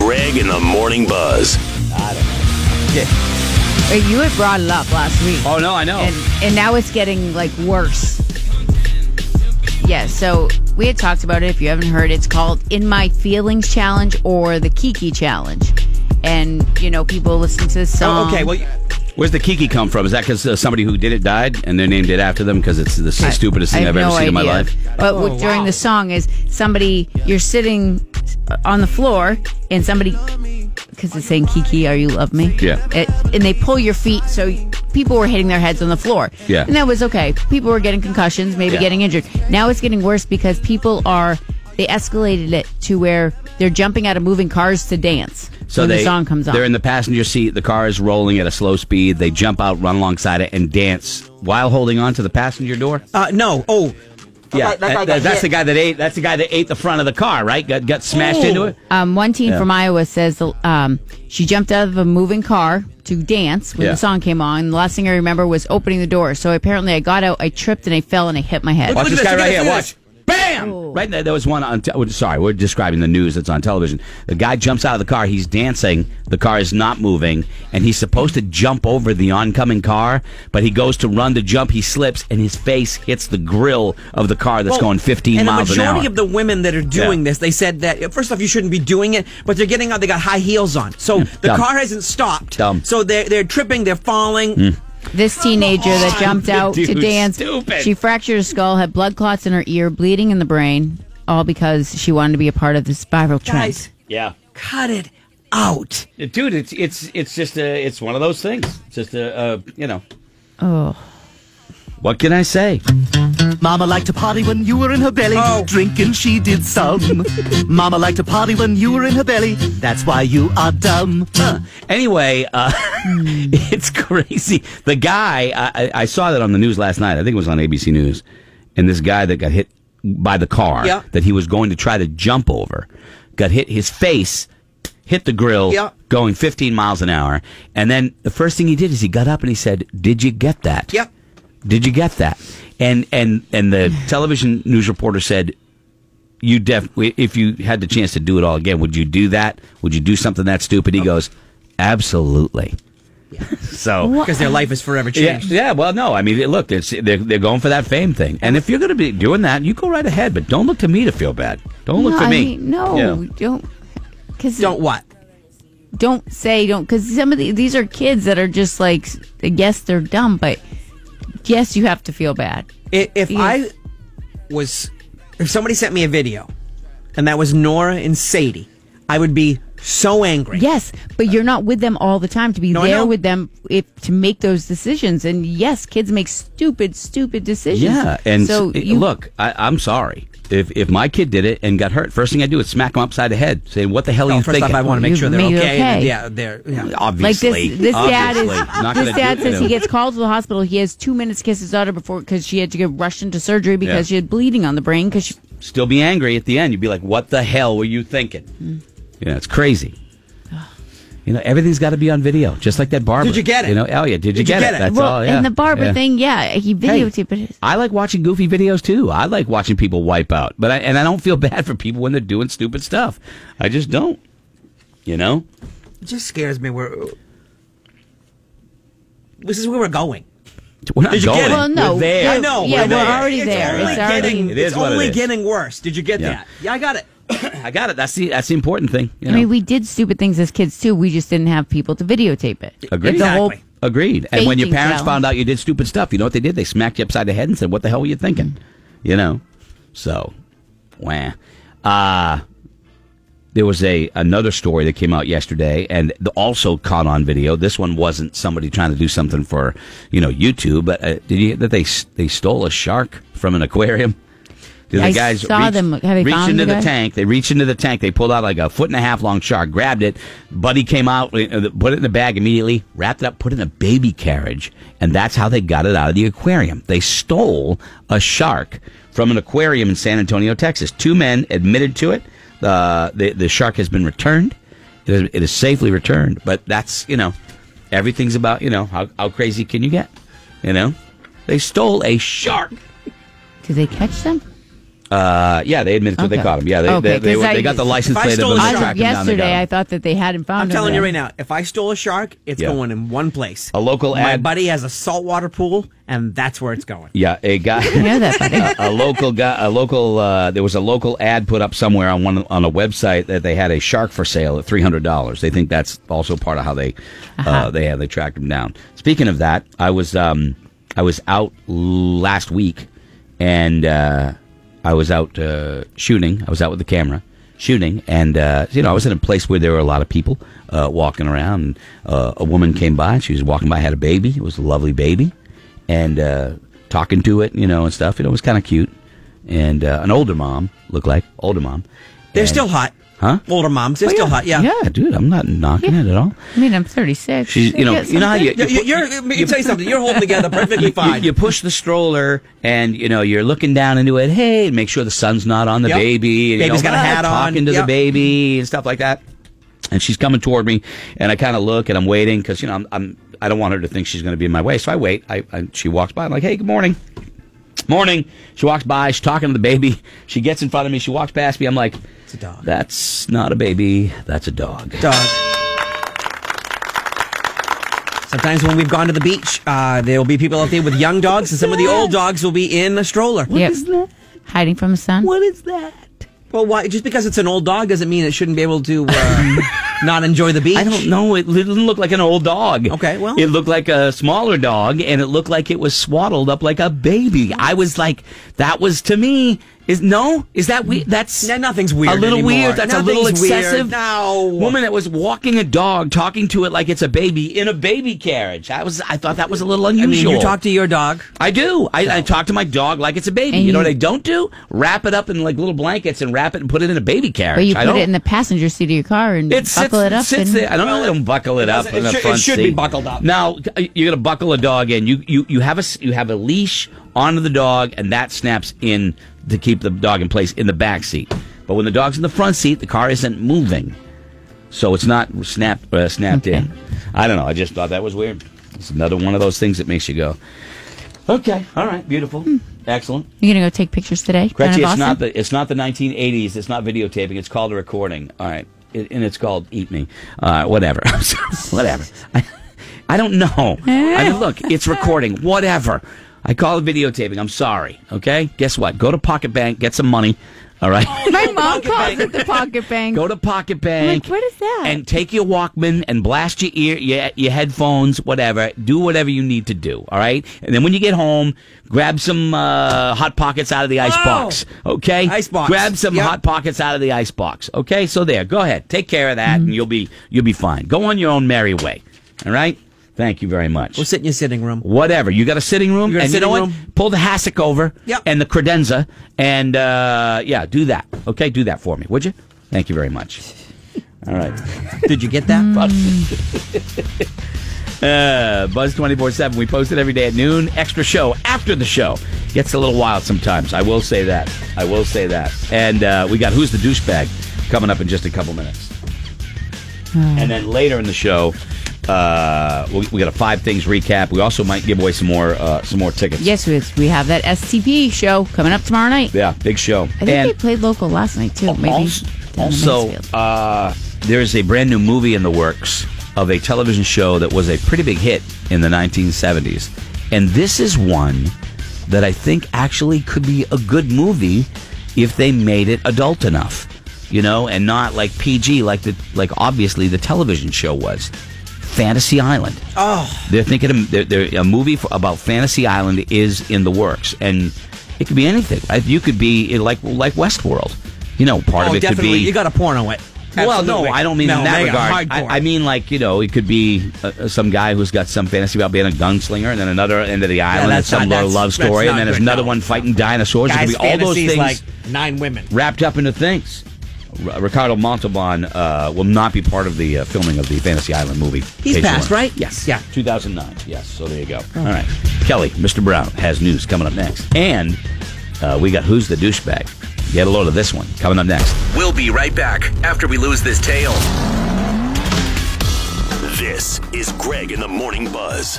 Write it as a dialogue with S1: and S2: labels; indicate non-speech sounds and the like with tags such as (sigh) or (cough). S1: Big in the Morning Buzz.
S2: Wait, You had brought it up last week.
S3: Oh no, I know.
S2: and and now it's getting like worse. Yeah, so we had talked about it. If you haven't heard, it's called "In My Feelings" challenge or the Kiki challenge. And you know, people listen to this
S3: Oh,
S2: song.
S3: okay, well, where's the Kiki come from? Is that because uh, somebody who did it died and they named it after them because it's the stupidest thing
S2: I
S3: I've
S2: have
S3: ever
S2: no
S3: seen in my
S2: idea.
S3: life?
S2: But what- during the song is somebody you're sitting on the floor and somebody because it's saying Kiki, are you love me?
S3: Yeah.
S2: It, and they pull your feet, so people were hitting their heads on the floor.
S3: Yeah.
S2: and that was okay. People were getting concussions, maybe
S3: Yeah.
S2: getting injured. Now it's getting worse because people are they escalated it to where they're jumping out of moving cars to dance.
S3: So
S2: when
S3: they,
S2: the song comes on.
S3: They're in the passenger seat. The car is rolling at a slow speed. They jump out, run alongside it, and dance while holding on to the passenger door.
S4: Uh, no. Oh,
S3: yeah,
S4: that- that guy
S3: that-
S4: got
S3: that's
S4: hit.
S3: the guy that ate. That's the guy that ate the front of the car. Right, got got smashed
S4: Ooh.
S3: into it.
S2: Um, one teen
S3: Yeah.
S2: from Iowa says um, she jumped out of a moving car to dance when
S3: Yeah.
S2: the song came on. The last thing I remember was opening the door. So apparently I got out, I tripped, and I fell, and I hit my head.
S3: Watch
S4: Look
S3: this
S4: at
S3: guy
S4: this,
S3: right
S4: look at
S3: here.
S4: this,
S3: Watch.
S2: Bam!
S3: Right there, there was one on. Te- sorry, we're describing the news that's on television. The guy jumps out of the car. He's dancing. The car is not moving, and he's supposed to jump over the oncoming car, but he goes to run to jump. He slips, and his face hits the grill of the car that's
S4: well,
S3: going 15
S4: and
S3: miles
S4: the
S3: an
S4: majority
S3: hour.
S4: of the women that are doing
S3: Yeah.
S4: this, they said that uh, first off, you shouldn't be doing it, but they're getting out. They got high heels on, so the
S3: dumb.
S4: car hasn't stopped.
S3: Dumb.
S4: So they're they're tripping, they're falling.
S2: This teenager that
S3: (laughs)
S2: jumped
S3: the
S2: out to
S3: dude's
S2: dance,
S3: stupid.
S2: she fractured her skull, had blood clots in her ear, bleeding in the brain, all because she wanted to be a part of this viral trend.
S4: Guys,
S3: yeah,
S4: cut it out.
S3: dude, it's it's it's just a, it's one of those things. It's just a, a you know.
S2: Oh.
S3: What can I say?
S5: Mama liked to party when you were in her belly.
S4: Oh.
S5: Drinking she did some. Mama liked to party when you were in her belly. That's why you are dumb.
S3: Huh. Anyway, uh,
S4: Hmm.
S3: (laughs) it's crazy. The guy, I, I- I saw that on the news last night. I think it was on ABC News. And this guy that got hit by the car
S4: Yeah.
S3: that he was going to try to jump over got hit his face, hit the grill,
S4: Yeah.
S3: going 15 miles an hour. And then the first thing he did is he got up and he said, Did you get that?
S4: Yep.
S3: Did you get that? And and and the television news reporter said, "You def if you had the chance to do it all again, would you do that? Would you do something that stupid?" He goes, "Absolutely." (laughs) so
S4: Because their life is forever
S3: yeah,
S4: changed.
S3: yeah, well, no, I mean, look, it's, they're they're going for that fame thing, and if you're going to be doing that, you go right ahead, but don't look to me to feel bad. Don't look
S2: no,
S3: to
S2: I
S3: me.
S2: mean, no,
S3: Yeah.
S2: don't. Cause
S4: Don't what?
S2: don't say don't because some of the, these are kids that are just like yes they're dumb but yes you have to feel bad
S4: I- If
S2: Yeah.
S4: I was, if somebody sent me a video, and that was Nora and Sadie, I would be so angry.
S2: yes but you're not with them all the time to be
S4: No, I
S2: there
S4: know.
S2: with them if to make those decisions and yes kids make stupid stupid decisions
S3: Yeah, and
S2: so
S3: s-
S2: you,
S3: look, I, I'm sorry if if my kid did it and got hurt. First thing I do is smack him upside the head, saying, "What the hell are
S4: No,
S3: you
S4: first
S3: thinking?"
S4: off, I want to make
S2: You
S4: sure they're
S2: made it
S4: okay. and
S2: okay.
S4: Yeah, they're. Yeah.
S2: like
S3: (laughs) obviously,
S2: this this dad is
S3: obviously. Not
S2: this
S3: gonna
S2: dad
S3: do
S2: says
S3: it.
S2: he gets called to the hospital he has two minutes to kiss his daughter before because she had to get rushed into surgery because
S3: Yeah.
S2: she had bleeding on the brain because she
S3: still be angry at the end. You'd be like, "What the hell were you thinking?" You know, it's crazy. You know, everything's got to be on video, just like that barber.
S4: Did you get it?
S3: You know, oh yeah, did you,
S4: Did you
S3: get,
S4: get
S3: it?
S4: it?
S3: That's
S2: well
S3: all. Yeah.
S2: and the barber
S3: Yeah.
S2: thing yeah
S3: Hey,
S2: he videotaped it
S3: I like watching goofy videos too. I like watching people wipe out, but I, and I don't feel (laughs) bad for people when they're doing stupid stuff. I just don't. You know.
S4: It just scares me. Where this is where we're going.
S3: We're not
S4: Did you
S3: going.
S4: get it?
S2: Well, no,
S3: We're there.
S2: I
S4: I know.
S2: Yeah,
S3: we're there.
S2: already
S4: it's
S2: there.
S4: Only
S2: It's already-
S4: getting,
S3: It is
S4: it's
S3: what it
S4: only
S3: is.
S4: getting worse. Did you get
S3: Yeah.
S4: that? Yeah, I got it.
S3: I got it. That's the that's the important thing. You know?
S2: I mean, we did stupid things as kids too. We just didn't have people to videotape it.
S3: agreed.
S2: It's a whole-
S4: Exactly.
S3: agreed. And when your
S2: faking
S3: parents
S2: challenge.
S3: found out you did stupid stuff, you know what they did? They smacked you upside the head and said, "What the hell were you thinking?" You know. So, wah. Uh there was a another story that came out yesterday and th- also caught on video. This one wasn't somebody trying to do something for you know YouTube, but uh, did you hear that they s- they stole a shark from an aquarium? Did
S2: I saw them. Have they
S3: reached
S2: found
S3: into the
S2: the guy?
S3: tank. They reached into the tank. They pulled out like a foot and a half long shark, grabbed it. Buddy came out, uh, put it in the bag immediately, wrapped it up, put it in a baby carriage, and that's how they got it out of the aquarium. They stole a shark from an aquarium in San Antonio, Texas. Two men admitted to it. Uh, the the shark has been returned. It is, it is safely returned. But that's you know, everything's about you know how how crazy can you get? You know, they stole a shark.
S2: Did they catch them?
S3: Uh, yeah, they admitted that they
S2: Okay.
S3: caught him. Yeah, they,
S2: Okay,
S3: they, they,
S2: 'cause
S3: were-
S2: I-
S3: they got the
S2: If
S3: license
S4: I
S3: plate of
S4: stole
S3: him.
S4: a
S3: they
S2: As
S4: shark
S2: of
S3: tracked him down, they got
S2: yesterday,
S3: him.
S2: I thought that they hadn't found
S4: I'm
S2: him
S4: telling
S2: yet.
S4: you right now, if I stole a shark, it's
S3: Yeah.
S4: going in one place.
S3: A local
S4: My
S3: ad-
S4: buddy has a saltwater pool, and that's where it's going.
S3: Yeah, a
S2: (laughs)
S3: guy.
S2: Yeah,
S3: (laughs)
S2: that buddy.
S3: a local guy, a local, uh, there was a local ad put up somewhere on one on a website that they had a shark for sale at three hundred dollars. They think that's also part of how they uh, they had they tracked him down. Speaking of that, I was um, I was out last week, and uh, I was out uh, shooting. I was out with the camera shooting, and uh, you know I was in a place where there were a lot of people uh, walking around. And, uh, a woman came by. She was walking by, had a baby. It was a lovely baby and uh, talking to it, you know, and stuff. You know, it was kind of cute. And uh, an older mom, looked like older mom.
S4: They're
S3: And-
S4: still hot.
S3: Huh?
S4: Older moms, they're
S3: Oh,
S4: still hot. Yeah.
S3: yeah, dude. I'm not knocking it at all.
S2: I mean, I'm 36.
S3: She's, you know,
S2: Yes,
S3: you know how you,
S4: You, you, you're, let me tell you something. You're holding together
S3: (laughs)
S4: perfectly
S3: you,
S4: fine.
S3: you push the stroller and you know you're looking down into it. Hey, make sure the sun's not on the
S4: Yep.
S3: baby. And, you
S4: Baby's
S3: know,
S4: got a
S3: ah,
S4: hat on.
S3: Talking to the
S4: Yep.
S3: baby and stuff like that. And she's coming toward me, and I kind of look and I'm waiting because you know I'm, I'm I don't want her to think she's going to be in my way. So I wait. I, I she walks by. I'm like, hey, good morning. Morning. She walks by. She's talking to the baby. She gets in front of me. She walks past me. I'm like,
S4: It's a dog.
S3: that's not a baby. That's a dog.
S4: dog. Sometimes when we've gone to the beach, uh, there will be people out there with young dogs, and some of the old dogs will be in a stroller.
S2: Yep. Hiding from the sun?
S3: What is that?
S4: Well, why? Just because it's an old dog doesn't mean it shouldn't be able to
S3: (laughs)
S4: uh, not enjoy the beach.
S3: I don't know. It didn't look like an old dog.
S4: Okay, well-
S3: it looked like a smaller dog, and it looked like it was swaddled up like a baby. I was like, that was to me is no, is that weird? That's
S4: No, nothing's weird
S3: A little
S4: anymore.
S3: weird. That's a little
S4: Nothing's weird.
S3: excessive.
S4: No.
S3: woman that was walking a dog, talking to it like it's a baby in a baby carriage. I was, I thought that was a little
S4: I mean,
S3: unusual.
S4: you talk to your dog.
S3: I do. I, I talk to my dog like it's a baby.
S2: And
S3: You know
S2: you-
S3: what I don't do? Wrap it up in like little blankets and wrap it and put it in a baby carriage.
S2: But you
S3: I
S2: put
S3: don't-
S2: it in the passenger seat of your car and
S3: it sits,
S2: buckle it up.
S3: sits
S2: and,
S3: there. I don't know. Let them buckle it,
S4: It
S3: up
S4: doesn't-
S3: in
S4: it
S3: the
S4: should-
S3: front
S4: it should
S3: seat.
S4: be buckled up.
S3: Now uh, you're gonna buckle a dog in. You you you have a s- you have a leash onto the dog, and that snaps in to keep the dog in place in the back seat. But when the dog's in the front seat, the car isn't moving, so it's not snapped uh, snapped
S2: Okay.
S3: in. I don't know. I just thought that was weird. It's another one of those things that makes you go, okay, all right, beautiful,
S2: Hmm.
S3: excellent.
S2: You're going to go take pictures today? Down in
S3: Gretchen, it's
S2: Boston?
S3: not the it's not the 1980s. It's not videotaping. It's called a recording. All right, it, and it's called "Eat Me." Uh, whatever, (laughs) I'm sorry. whatever. I, I don't know. I mean, look, it's recording. Whatever. I call it videotaping. I'm sorry. Okay. Guess what? Go to Pocket Bank. Get some money. All right. (laughs)
S2: My mom calls it the pocket bank.
S3: Go to Pocket Bank.
S2: like, what is that?
S3: And take your Walkman and blast your ear, your, your headphones, whatever. Do whatever you need to do. All right. And then when you get home, grab some uh, hot pockets out of the
S2: Oh!
S3: ice box. Okay.
S4: Ice box.
S3: Grab some
S4: Yep.
S3: hot pockets out of the ice box. Okay. So there. Go ahead. Take care of
S2: Mm-hmm.
S3: that, and you'll be you'll be fine. Go on your own merry way. All right. Thank you very much.
S4: We'll sit in your sitting room.
S3: Whatever. You got a sitting room,
S4: You got a
S3: and
S4: sitting
S3: you know
S4: room.
S3: what? Pull the hassock over
S4: Yep.
S3: and the credenza, and uh, yeah, do that. Okay, do that for me, would you? Thank you very much. All right.
S4: (laughs) Did you get that?
S3: (laughs) Uh, Buzz 24 7. We post it every day at noon. Extra show after the show. Gets a little wild sometimes. I will say that. I will say that. And uh, we got Who's the Douchebag coming up in just a couple minutes.
S4: Hmm.
S3: And then later in the show, uh, we, we got a five things recap. We also might give away some more uh, some more tickets.
S2: Yes, we, we have that STP show coming up tomorrow night.
S3: Yeah, big show.
S2: I think
S3: and
S2: they played local last night, too. Maybe
S3: also,
S2: down in
S3: also,
S2: Mansfield.
S3: uh, there is a brand new movie in the works of a television show that was a pretty big hit in the 1970s. And this is one that I think actually could be a good movie if they made it adult enough, you know, and not like PG, like the like obviously the television show was. Fantasy Island.
S4: Oh,
S3: They're thinking of, they're, they're, a movie for, about Fantasy Island is in the works, and it could be anything. I- You could be like like Westworld. You know, part of
S4: oh
S3: it
S4: definitely.
S3: could be.
S4: You got to porno it.
S3: Well,
S4: Absolutely.
S3: no, I don't mean
S4: No,
S3: in that
S4: they are
S3: regard.
S4: hardcore.
S3: I, I mean, like you know, it could be uh, some guy who's got some fantasy about being a gunslinger, and then another end of the island, and
S4: that's
S3: some
S4: not-
S3: little
S4: that's-
S3: love
S4: that's
S3: story,
S4: not
S3: and then there's
S4: good,
S3: another
S4: no.
S3: one fighting dinosaurs.
S4: guys'
S3: it could be all those
S4: fantasies
S3: things
S4: like nine women.
S3: wrapped up into things. R- Ricardo Montalban uh, will not be part of the uh, filming of the Fantasy Island movie.
S4: He's
S3: Case you
S4: passed,
S3: wonder.
S4: right?
S3: Yes.
S4: Yeah. Oh.
S3: 2009. Yes. So there you go. All right. Kelly, Mr. Brown has news coming up next. And uh, we got Who's the Douchebag? Get a load of this one coming up next.
S1: We'll be right back after we lose this tail.
S6: This is Greg in the Morning Buzz.